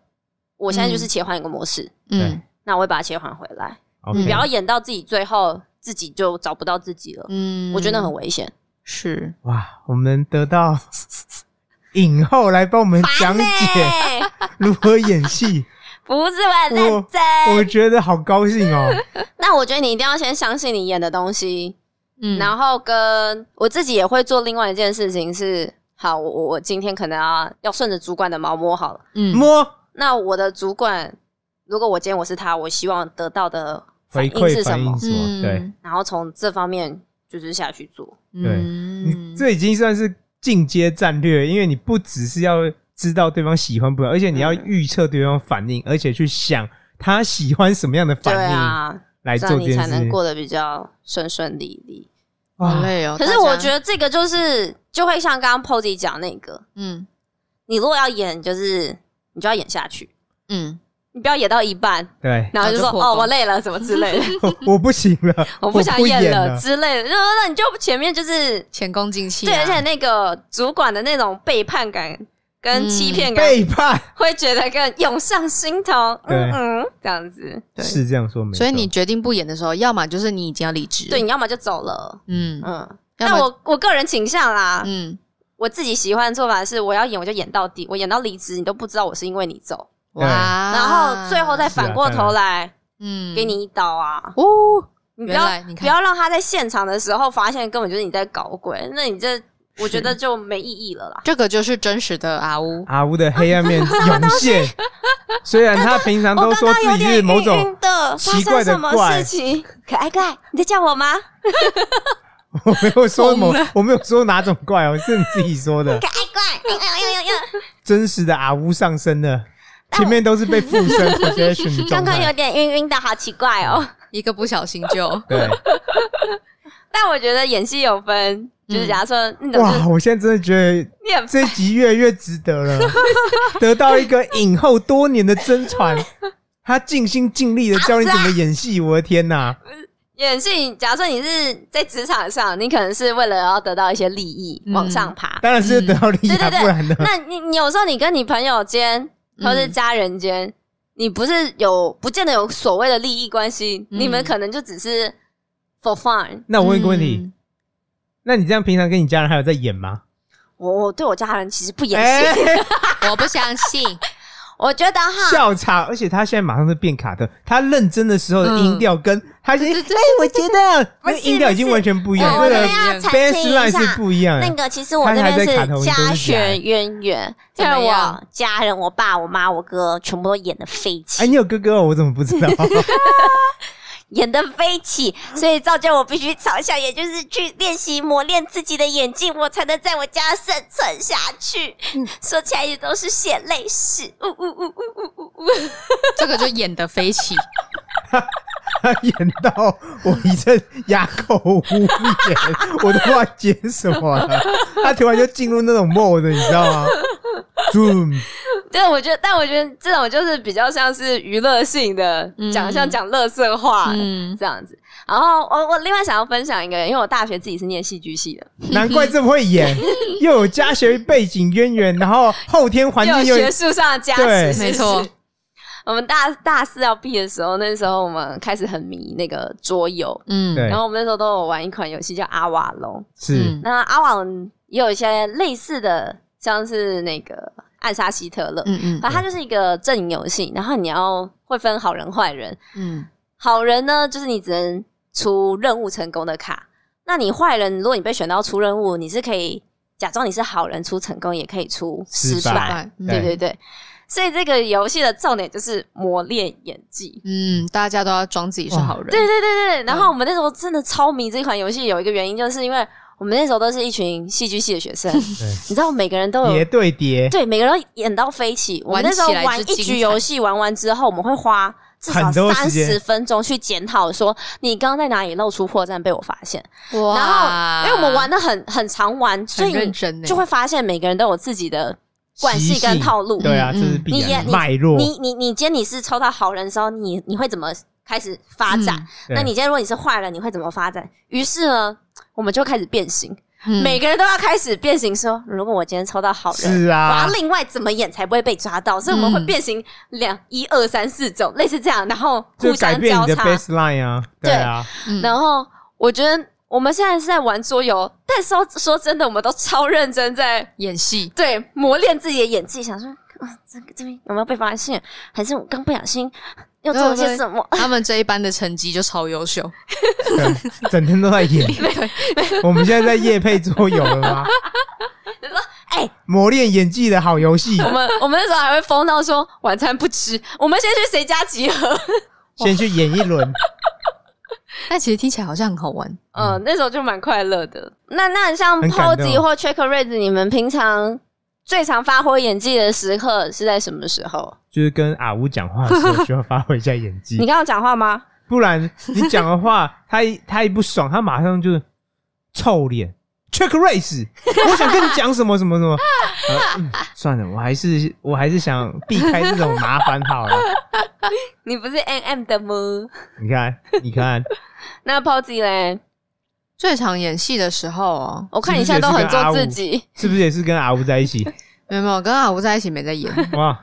E: 我现在就是
B: 嗯
E: 切换一个模式，
B: 嗯
E: 那我会把它切换回来，
C: OK，
B: 嗯
E: 不要演到自己最后自己就找不到自己了。
B: 嗯，
E: 我觉得很危险。
B: 是
C: 哇，我们得到影后来帮我们讲解
E: 哎，
C: *laughs* 如何演
E: *laughs*
C: 戏，
E: 不是我很
C: 我
E: 认真。
C: 我觉得好高兴哦。
E: 那我觉得你一定要先相信你演的东西，
B: 嗯
E: 然后跟我自己也会做另外一件事情是，好，我我我今天可能要要顺着主管的毛摸好了。
B: 嗯
C: 摸
E: 那我的主管，如果我今天我是他，我希望得到的反
C: 回
E: 应
C: 馈
E: 是什
C: 反应
E: 么？
C: 是什
B: 嗯
C: 么？对，
E: 然后从这方面就是下去做。
C: 对
B: 嗯
C: 你这已经算是进阶战略，因为你不只是要知道对方喜欢不喜欢，而且你要
E: 嗯
C: 预测对方反应，而且去想他喜欢什么样的
E: 对
C: 反应
E: 啊，
C: 来
E: 这
C: 做
E: 样
C: 这
E: 你
C: 件
E: 才
C: 事
E: 能
C: 情。
E: 过得嗯比较顺顺利利。
B: 好
C: 哇
B: 累哦。
E: 可是我觉
B: 得，
E: 得这个就是就会像刚刚 Posy 讲那个，
B: 嗯
E: 你如果要演，就是你就要演下去，
B: 嗯，
E: 你不要演到一半，
C: 对，
E: 然后就说
B: 然后就破功
E: 哦我累了什么之类的，
C: *laughs* 我不行了，
E: *laughs* 我不
C: 不
E: 想
C: 演
E: 了之类的。然后那你就前面就是
B: 前功尽弃啊。
E: 对，而且那个主管的那种背叛感跟
B: 嗯
E: 欺骗感，
C: 背叛
E: 会觉得更涌上心头。
C: 对
E: 嗯嗯，这样子，
B: 对
C: 是这样说没错？
B: 所以你决定不演的时候，要么就是你已经要离职，
E: 对，，你要么就走了，
B: 嗯，
E: 嗯。
B: 要
E: 但
B: 么
E: 我我个人倾向啦，
B: 嗯，
E: 我自己喜欢的做法是，我要演我就演到底，我演到离职，你都不知道我是因为你走，
B: 啊
C: 对
B: 哇，
E: 然后最后再反过头来
B: 嗯
E: 给你一刀啊！
B: 哦，
E: 你不
B: 原
E: 要
B: 来你看
E: 不要让他在现场的时候发现根本就是你在搞鬼，那你这我觉得就没意义了啦。
B: 这个就是真实的阿乌，
C: 阿乌
E: 哦
C: 的黑暗
E: *laughs*
C: 面涌现。虽然他平常都说自己是某
E: 我刚刚有点晕
C: 种
E: 晕，的，发
C: 奇怪
E: 生
C: 的
E: 什
C: 怪
E: 么事情？可爱怪，你在叫我吗？
C: *laughs* 我没有说某
B: 疯了，
C: 我没有说哪种怪哦，是你自己说的
E: *laughs* 可。爱怪，哎呦呦呦呦！
C: 真实的阿乌上身了，前面都是被附身 possession 的
E: *laughs* 刚
C: 状
E: 刚有
C: 态。
E: 点晕晕的，好奇怪哦。
B: 一个不小心就嗯
C: *laughs*
E: *laughs*
C: 对，
E: 但我觉得演戏有分，就是假如说那种就是
C: 嗯哇！我现在真的觉得
E: 你很
C: 这一集越来越值得了，
E: *laughs*
C: 得到一个影后多年的真传，他尽心尽力的教你怎么演戏，我的天哪！
E: 演戏，假如说你是在职场上，你可能是为了要得到一些利益
B: 嗯
E: 往上爬，
C: 当然是得到利益啊，
E: 嗯对对对
C: 不然呢？
E: 那你你有时候你跟你朋友间
C: 嗯
E: 或是家人间，你不是有不见得有所谓的利益关系，
B: 嗯
E: 你们可能就只是 for fun。
C: 那我问一个问题，，
E: 嗯
C: 那你这样平常跟你家人还有在演吗？
E: 我我对我家人其实不演戏，
C: 哎， *laughs*
B: 嗯我不相 *laughs* 信，
E: 我觉得哈，
C: 笑场，而且他现在马上是变卡特，他认真的时候
E: 嗯
C: 的音调跟他现在，哎，我觉得那个音调已经完全不一样，
E: 我
C: 这
E: 这
C: 个
E: 边要澄
C: bass
E: 清一
C: line
E: 下
C: 是。不一样啊
E: 那
C: 的。
E: 个其实我那边是家学渊源，
B: 他
E: 因
B: 还在卡通里都是假的怎
E: 为
B: 么样
E: 我家人、我爸、我妈、我哥全部都演的飞
C: 哎，
E: 起，
C: 你有哥哥哦，我怎么不
E: *laughs*
C: 知道？
E: 演的飞起，所以造就我必须朝向，也就是去练习磨练自己的眼睛，我才能在我家生存下去。说起来也都是血泪史，呜呜呜呜呜呜呜。
B: 这个就演的飞起，
C: 他演到我一阵哑口无言，我都不知道接什么了。他突然就进入那种 mode，你知道吗？Zoom，
E: 对，我觉得，但我觉得这种就是比较像是娱乐性的，讲像讲乐色话
B: *laughs* 嗯，
E: 这样子。然后我我另外想要分享一个，因为我大学自己是念戏剧系的，
C: *laughs* 难怪这么会演，又有家学背景渊源，然后后天
B: 啊
C: 环
E: *laughs* 又
C: 境
E: 有
C: 又
E: 学术上的加
C: 对
E: 持，是
B: 没错。
E: *laughs* 我们大大四要毕业的时候，那时候我们开始很迷那个桌游，
B: 嗯，
C: 对
E: 然后我们那时候都有玩一款游戏叫阿瓦隆。
C: 是
B: 嗯
E: 那阿瓦隆也有一些类似的，像是那个暗杀希特勒，
B: 嗯嗯
E: 反正它就是一个阵营游戏，然后你要会分好人坏人。
B: 嗯，
E: 好人呢，就是你只能出任务成功的卡；那你坏人，如果你被选到出任务，你是可以假装你是好人出成功，也可以出
C: 失
E: 失
C: 败
E: 败。
B: 拜，嗯
E: 对对对，所以这个游戏的重点就是磨练演技。
B: 嗯，大家都要装自己是好人，
E: 对
C: 嗯
E: 对对对，然后我们那时候真的超迷这款游戏，有一个原因就是因为我们那时候都是一群戏剧系的学生，你知道每个人都
C: 叠
E: 有
C: 对叠，
E: 对每嗯个人都演到
B: *laughs*
E: 飞起。我
B: 玩
E: 们那时候
B: 起来
E: 玩
B: 之
E: 一
B: 精
E: 局
B: 彩
E: 游戏玩完之后，我们会花至少
C: 很多
E: 三
C: 时间
E: 十分钟去检讨，说你刚刚在哪里露出破绽被我发现。
B: 对，哇，
E: 然后因为我们玩的很很常玩，所
B: 啊很
E: 以
B: 认
E: 你
B: 真呢，欸
E: 就会发现每个人都有自己的惯
C: 习
E: 性跟
C: 性
E: 套路。
C: 对啊，
B: 嗯
C: 这是必
E: 你演
C: 然
E: 你
C: 的脉络。
E: 你你你今天你是抽到好人的时候，你你会怎么开始发展？
B: 嗯
C: 对
E: 那你今天如果你是坏人，你会怎么发展？于是呢，我们就开始变形，
B: 嗯
E: 每个人都要开始变形说如果我今天抽到好人，
C: 是啊
E: 我要另外怎么演才不会被抓到？所以我们会变形两一二三四种，类似这样，然后
C: 就
E: 互
C: 改
E: 相
C: 变
E: 交
C: 你的
E: 叉。
C: baseline 啊，对啊，
B: 嗯
E: 然后我觉得我们现在是在玩桌游，但说说真的，我们都超认真在
B: 演戏，
E: 对，磨练自己的演技，想说，啊，这个这边有没有被发现？还是我刚不小心又做了些什么？
B: 他们这一班的成绩就超优秀，
C: 对整天都在演。
E: *laughs*
C: 我们现在在夜配桌游了吗？
E: 哎、
C: 磨练演技的好游戏，
E: 我们我们那时候还会疯到说晚餐不吃，我们先去谁家集合。
C: 先去演一轮。
B: *laughs* 但其实听起来好像很好玩，
E: 嗯、那时候就蛮快乐的。那那像
C: 很感动
E: Posy 或 Check Raise，你们平常最常发挥演技的时刻是在什么时候？
C: 就是跟阿乌讲话的时候，需要发挥一下演
E: 你
C: 技，
E: 刚刚有讲话吗？
C: 不然你讲的
B: *laughs*
C: 话，他一他一不爽，他马上就是臭脸，check race，我想跟你讲什么什
B: *laughs*
C: 么什么，呃嗯算了，我还是我还是想避开这种麻烦好
B: *laughs*
C: 了。
E: 你不是 N M 的吗？
C: 你看，你看，
E: 那 Posy 嘞，
B: 最常演戏的时候哦，
E: 我看你现在都很做自己，
C: 是不是也是跟阿乌在一
B: *laughs*
C: 起？
B: 没有没有，跟阿吴在一起没在
E: *laughs*
B: 演，
C: 哇，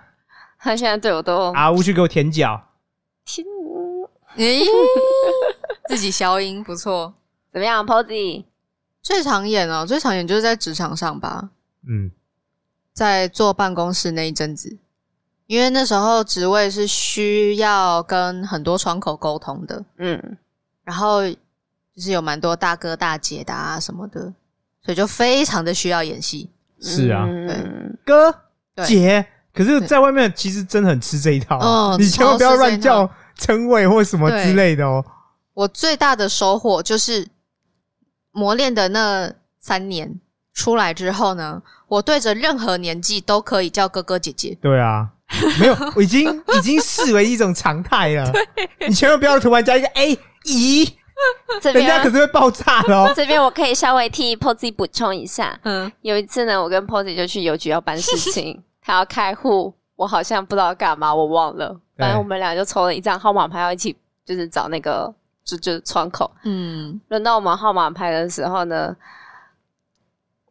E: 他现在对我都
C: 阿乌去给我舔脚，
E: 天
B: 咦，自己消音不错。
E: 怎么样，Posy？
B: 最常演哦，最常演就是在职场上吧，
C: 嗯，
B: 在坐办公室那一阵子，因为那时候职位是需要跟很多窗口沟通的，
E: 嗯，
B: 然后就是有蛮多大哥大姐的啊什么的，所以就非常的需要演戏。
C: 是啊，
E: 嗯
C: 哥
B: 对
C: 姐，可是，在外面其实真的很吃这一套啊、
B: 嗯
C: 你千万不要乱
B: 超
C: 叫称谓或什么之类的哦。
B: 我最大的收获就是磨练的那三年出来之后呢，我对着任何年纪都可以叫哥哥姐姐。
C: 对啊，没有，我已经已经视为一种常态了。你千万不要突然加一个哎咦，
E: 这
C: 人家可
E: 边
C: 是会爆炸的哦。
E: 这边我可以稍微替 Posy 补充一下，
B: 嗯，
E: 有一次呢，我跟 Posy 就去邮局要办事
B: *laughs*
E: 情，他要开户，我好像不知道干嘛，我忘了。
B: 哎
C: 对
E: 反正我们俩就抽了一张号码牌，要一起就是找那个就就是窗口。
B: 嗯，
E: 轮到我们号码牌的时候呢，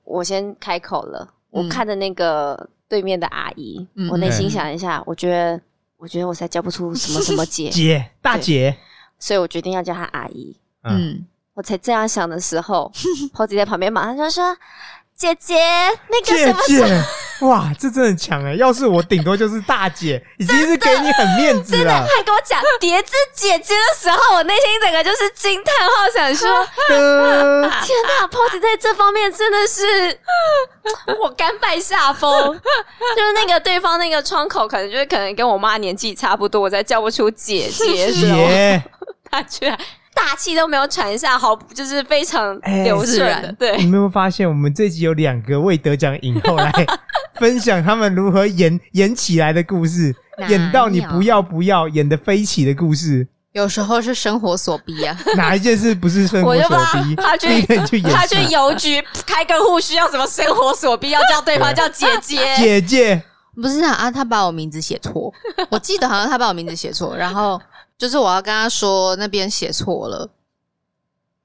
E: 我先开口了。我
B: 嗯
E: 看着那个对面的阿姨，
B: 嗯
E: 我内心
C: 对
E: 想一下，我觉得，我觉得我才叫不出什么什么
B: *laughs*
E: 姐，
C: 姐，大姐，
E: 所以我决定要叫她阿姨。
C: 嗯，
B: 嗯，
E: 我才这样想的
B: *laughs*
E: 时候，猴子在旁边马上就说：“姐姐，那个
C: 姐
E: 什么，
C: 姐，哇，这真的很强哎！要是我顶多就是大姐，已经是给你很面子了。
E: 还跟我讲叠字姐姐的时候，我内心整个就是惊叹号，想 *laughs* 说
C: *laughs* 呃：
E: 天哪，猴子在这方面真的是 *laughs* 我甘拜下风。 *laughs* 就是那个对方那个窗口，可能就是可能跟我妈年纪差不多，我才叫不出姐姐的时候，
C: *laughs* 姐，
E: 她居然大气都没有喘一下，好就是非常
C: 哎
E: 流
B: 自
E: 顺
B: 然
E: 的，对
C: 你。 *laughs* 们有没有发现，我们这集有两个未得奖影后来分享他们如何演演起来的故事，
B: 哪
C: 演到你
B: 有
C: 不要不要，演的飞起的故事。
B: 有时候是生活所逼啊。
C: *laughs* 哪一件事不是生活
E: 我就
C: 所
E: 怕
C: 逼？*laughs*
E: 他去
C: 立刻去演啊
E: 他
C: 出
E: 去邮局开个户，需要什么生活所逼，要叫对方叫姐姐。
C: *laughs* 姐姐，
B: 不是啊，啊，他把我名字写 *laughs* 错，我记得好像他把我名字写错，然后就是我要跟他说那边写错了，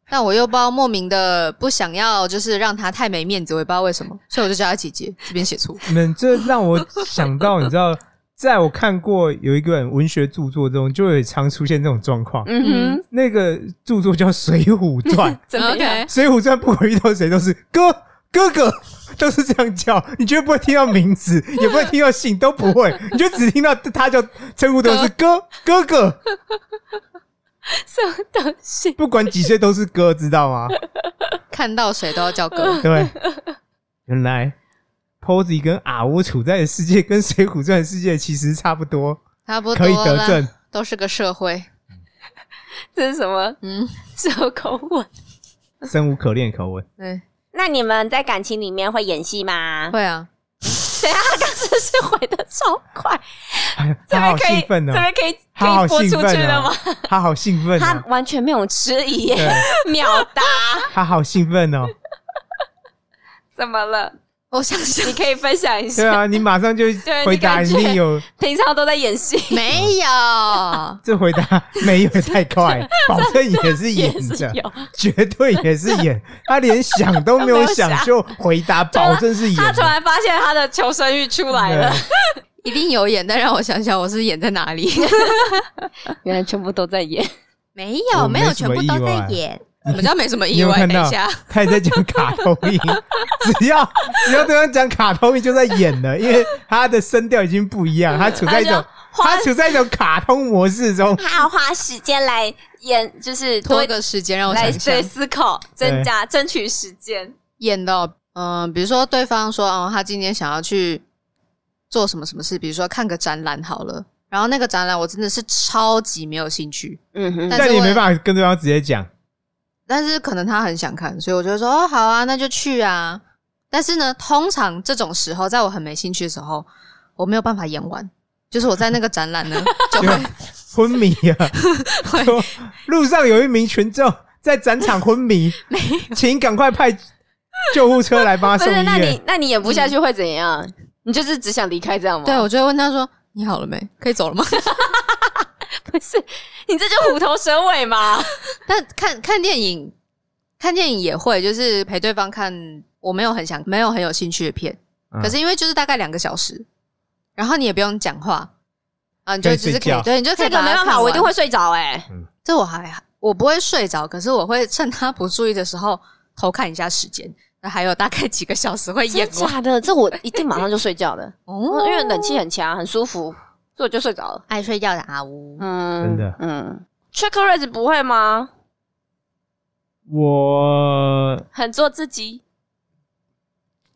B: 但我又不知道莫名的不想要，就是让他太没面子，我也不知道为什么，所以我就叫他姐姐，这边写错。
C: 你们这让我想到，你知道，在我看过有一个文学著作中，就有常出现这种状况。
E: 嗯哼，
C: 那个著作叫《水浒
E: *laughs*
C: 传》，
E: 怎么样？
C: 《水浒传》不管遇到谁都是哥哥哥，都是这样叫，你绝对不会听到名
E: *laughs*
C: 字，也不会听到姓，都不会，你就只听到他叫称呼都是哥哥哥，
E: *laughs* 什么东西？
C: 不管几岁都是哥，知道吗？
B: 看到谁都要叫哥，
C: *laughs* 对，原来 Posy 跟阿乌处在的世界跟《水浒传》的世界其实差不多，
B: 差不
C: 可以
B: 多
C: 得
B: 啦，
C: 证。
B: 都是个社会。
E: *laughs* 这是什么
B: 嗯，
E: 什么口吻？
C: 生无可恋口
E: *laughs*
C: 吻，
B: 对，
E: 那你们在感情里面会演戏吗？
B: 会啊，
E: 等一下，他刚真是回的超快，
C: 哎呀
E: *laughs* 这
C: 他
E: 边
C: 好
E: 可以，
C: 兴奋哦
E: 这，边可以可
C: 他好
E: 以播
C: 兴
E: 出去
C: 奋
E: 了吗
C: 哦？，他好兴奋
E: 他
C: 哦，
E: 完全没有迟疑耶，
C: *laughs* 对，
E: 秒答。
C: 他好兴奋哦，
E: 怎么了？
B: 我想想，
E: 你可以分享一
C: 对
E: 下， *laughs*
C: 啊，你马上就
E: 对
C: 回
E: 你
C: 答，
E: 感
C: 一
E: 觉
C: 定有
E: 平常都在演戏，
B: 没有，
C: 这回答没有也太
E: *laughs*
C: 快，保证也是演
E: 也是
C: 着，
E: 有。
C: 绝对也是演，他连想都没有
E: *laughs*
C: 想就回答，保证是演
E: 他突
C: 的。
E: 然发现他的求生欲出来了，
C: 啊
B: 一定有演，但让我想想，我是演在哪里？
E: 原来全部都在演。
B: *laughs* 没
C: 我
B: 有，没有，
C: 没什
B: 全
C: 么
B: 部都在
C: 意外
B: 演。我们家没什么
C: 你
B: 意
C: 有没有
B: 外，
C: 看
B: 等
C: 到
B: 一 *laughs* 下。
C: 他也在讲卡通音， *laughs* 只要只要对方讲卡通音就在演了，因为他的声调已经不一样，他处在一种
E: 花
C: 他处在一种卡通模式中，
E: 他要花时间来演，就是
B: 拖
E: 多
B: 个时间让我
E: 来
B: 想想
E: 对思考，
C: 对
E: 增加争取时间。
B: 演的哦，嗯、比如说对方说哦，他今天想要去做什么什么事，比如说看个展览好了，然后那个展览我真的是超级没有兴趣，
E: 嗯哼，
B: 但
C: 但
B: 是
C: 你
B: 我
C: 没办法跟对方直接讲。
B: 但是可能他很想看，所以我就说哦好啊，那就去啊。但是呢，通常这种时候，在我很没兴趣的时候，我没有办法演完，就是我在那个展览 *laughs* 呢就会
C: 昏迷了。说路上有一名群众在展场昏迷，请赶快派救护车来帮
E: 不
C: 他送
E: 是，那
C: 医院
E: 你。那你演不下去会怎样？你就是只想离开这样吗？
B: 对我就会问他说你好了没？可以走了吗？
E: 不是，你这就虎头蛇尾嘛。 *laughs*
B: 但看看电影，看电影也会，就是陪对方看我没有很想、没有很有兴趣的片，
C: 嗯
B: 可是因为就是大概两个小时，然后你也不用讲话啊，你就
C: 可以
B: 只是
C: 睡
B: 可以
C: 觉
B: 对，你就可以
E: 这个
B: 把它
E: 没办
B: 看
E: 法，
B: 完
E: 我一定会，睡着哎、
B: 这我还好我不会睡着，可是我会趁他不注意的时候偷看一下时间，那还有大概几个小时会演完
E: 的？这我一定马上就睡觉 *laughs* 的，
B: 哦，
E: 因为冷气很强，很舒服，所以我就睡着了。
B: 爱睡觉的阿呜，
E: 嗯，
C: 真的
E: 嗯，check raise 不会吗？
C: 我
E: 很做自己，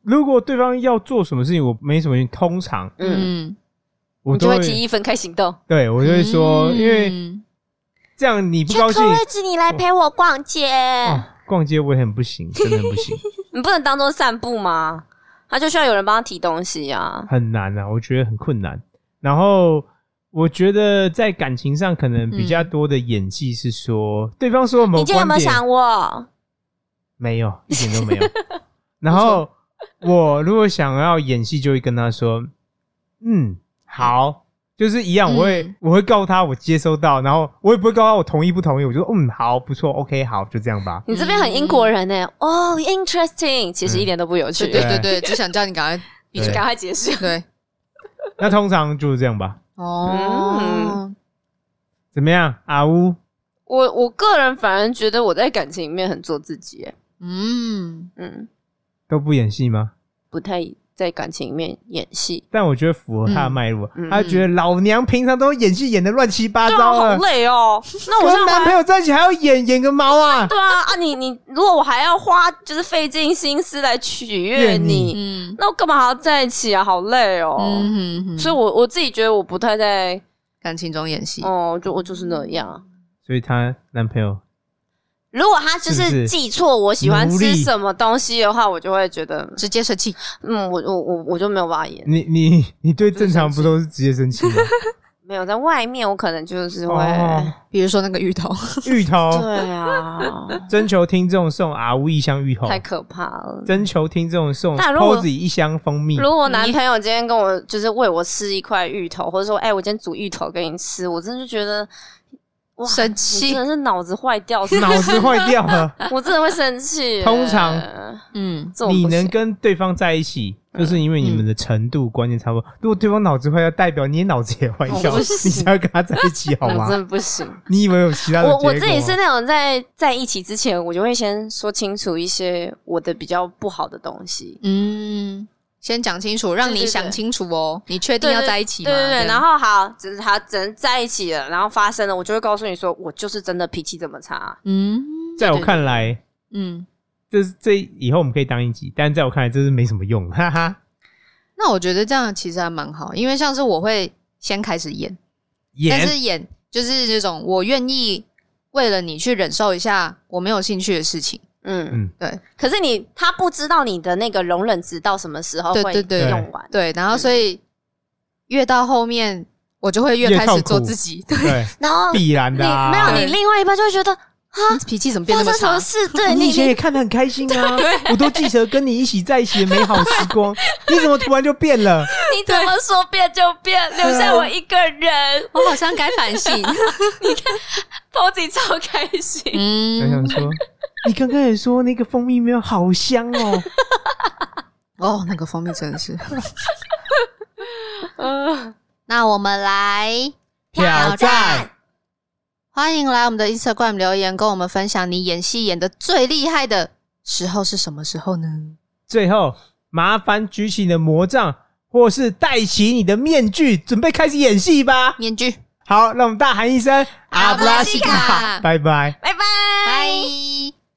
C: 如果对方要做什么事情，我没什么兴趣。通常
E: 嗯，
B: 嗯，
C: 我
E: 你
C: 都
E: 就
C: 会
E: 会提议分开行 *laughs* 动。
C: 对我就会说，
B: 嗯
C: 因为这样你不
A: 缺
C: 高兴
A: 个。位置，你来陪我逛街。
C: 哦逛街我也很
A: *laughs*
C: 不行，真的很不行，
E: 你不能当做散步吗？他就需要有人帮他提东西啊。
C: 很难啊，我觉得很困难。然后我觉得在感情上可能比较多的演技是说，对方说我们
A: 你今天有没有想我？
C: 没有，一点都
A: *laughs*
C: 没有。然后我如果想要演戏，就会跟他说：“嗯，好。”就是一样，
B: 嗯
C: 我会、我会告诉他我接收到，然后我也不会告诉他我同意不同意，我就说嗯好不错，OK 好就这样吧。
E: 你这边很英国人呢、哦、i n t e r e s t i n g 其实一点都不有趣。
B: 对对对，
C: 对
B: 只想叫你赶快闭
C: 对
B: 嘴，
E: 赶快结束。
B: 对，
C: 那通常就是这样吧。
B: 哦
E: 嗯，
C: 怎么样，阿乌？
E: 我我个人反而觉得我在感情里面很做自己、欸，
B: 嗯，
E: 嗯，
C: 都不演戏吗？
E: 不太在感情里面演戏，
C: 但我觉得符合他的脉络，
E: 嗯
C: 他觉得老娘平常都演戏演的乱七八
E: 对啊，
C: 糟
E: 好
C: 了，
E: 累哦。那我
C: 跟
E: 现在
C: 男朋
E: 还
C: 友在一起还要演演个毛啊！
E: 对啊啊，你你如果我还要花就是费尽心思来取悦
C: 悦你
E: 你，
B: 嗯。
E: 那我干嘛还要在一起啊？好累哦。
B: 嗯哼哼，
E: 所以我，我自己觉得我不太在
B: 感情中演
C: 嗯
B: 戏，
E: 哦，就我就是那样。
C: 所以她男朋友
E: 如果他就是
C: 不是
E: 是记错我喜欢
C: 努
E: 吃
C: 力
E: 什么东西的话，我就会觉得，
B: 直接生气。
E: 嗯，我我我我就没有办法演。 *laughs*
C: 你你你对正常不都是直接生气吗？
E: 没有在外面，我可能就是会，
C: 哦，
B: 比如说那个芋头，
C: 芋头，
E: *laughs* 对啊，
C: 征求听众送 RV 一箱芋头，
E: 太可怕了。
C: 征求听众送
E: 但如果
C: Posy 一箱蜂蜜。 *laughs*
E: 如果我男朋友今天跟我就是喂我吃一块芋头，或者说哎、我今天煮芋头给你吃，我真的就觉得哇，
B: 生
E: 你
B: 气
E: 真的是脑子坏掉，是不
C: *laughs* 脑
E: 是
C: 子坏掉了，
E: 我真的会生气耶。
C: 通常
B: *laughs* 嗯，
E: *laughs* 这种
C: 你
E: 不
C: 能
E: 行嗯
C: 跟对方在一起，就是因为你们的程度观念差不多。如果对方脑子坏掉，代表你也脑子也坏掉了，
E: 哦我不
C: 你才要跟他在一起，好
E: 我
C: 吗
E: 真？的不行。 *laughs*
C: 你以为有其他的
E: 我
C: 结果
E: 我自己是那种在在一起之前，我就会先说清楚一些我的比较不好的东西。
B: 嗯，先讲清楚，让
E: 对
B: 你
E: 对
B: 想
E: 对
B: 清楚哦，你确定
E: 对
B: 要
E: 对
B: 在一起吗？
E: 对对
B: 这
E: 对，
B: 样
E: 然后好，只是他只能在一起了，然后发生了，我就会告诉你说，我就是真的脾气这么差。
B: 嗯
C: 在我看来，
B: 嗯，
C: 这是这以后我们可以当一集，但在我看来这是没什么用， *laughs* 哈哈。
B: 那我觉得这样其实还蛮好，因为像是我会先开始演，但
C: 演
B: 是演就是这种我愿意为了你去忍受一下我没有兴趣的事情，
E: 嗯，
C: 嗯，
B: 对
E: 可是你他不知道你的那个容忍值到什么时候
B: 对
E: 哦会
B: 对对
E: 用完。嗯
B: 对，然后所以越到后面我就会
C: 越
B: 越开
C: 痛
B: 始
C: 苦
B: 做自己，对，
C: 对，
E: 然后你
C: 必然的嗯啊。
E: 没有，
B: 对
E: 你另外一半就会觉得啊
B: 啊脾气怎么变
E: 发
B: 那么
E: 生什
B: 差
E: 么？事？
C: *laughs*
E: 对
C: 你
E: 你
C: 以前也
E: 你
C: 看得很开心
E: *laughs*
C: 啊，我都记得跟你一起在一起的美好时光，你怎么突然就变了？
E: 你怎么说变就变，留下我一个人。
B: 我好像该反 *laughs* 省，
D: ，Posy 超开心，
C: 我
B: 嗯
C: 想，说，你刚刚也说那个蜂蜜没有好香
E: *laughs*
C: 哦，
B: 哦，那个蜂蜜真的是。
E: 嗯，
B: 那我们来
C: 挑战。
B: 欢迎来我们的 Instagram 留言，跟我们分享你演戏演的最厉害的时候是什么时候呢？
C: 最后，麻烦举起你的魔杖，或是戴起你的面具，准备开始演戏吧。
B: 面具，
C: 好，让我们大喊一声“阿布拉西卡”，拜拜。
E: 拜拜。
B: 拜。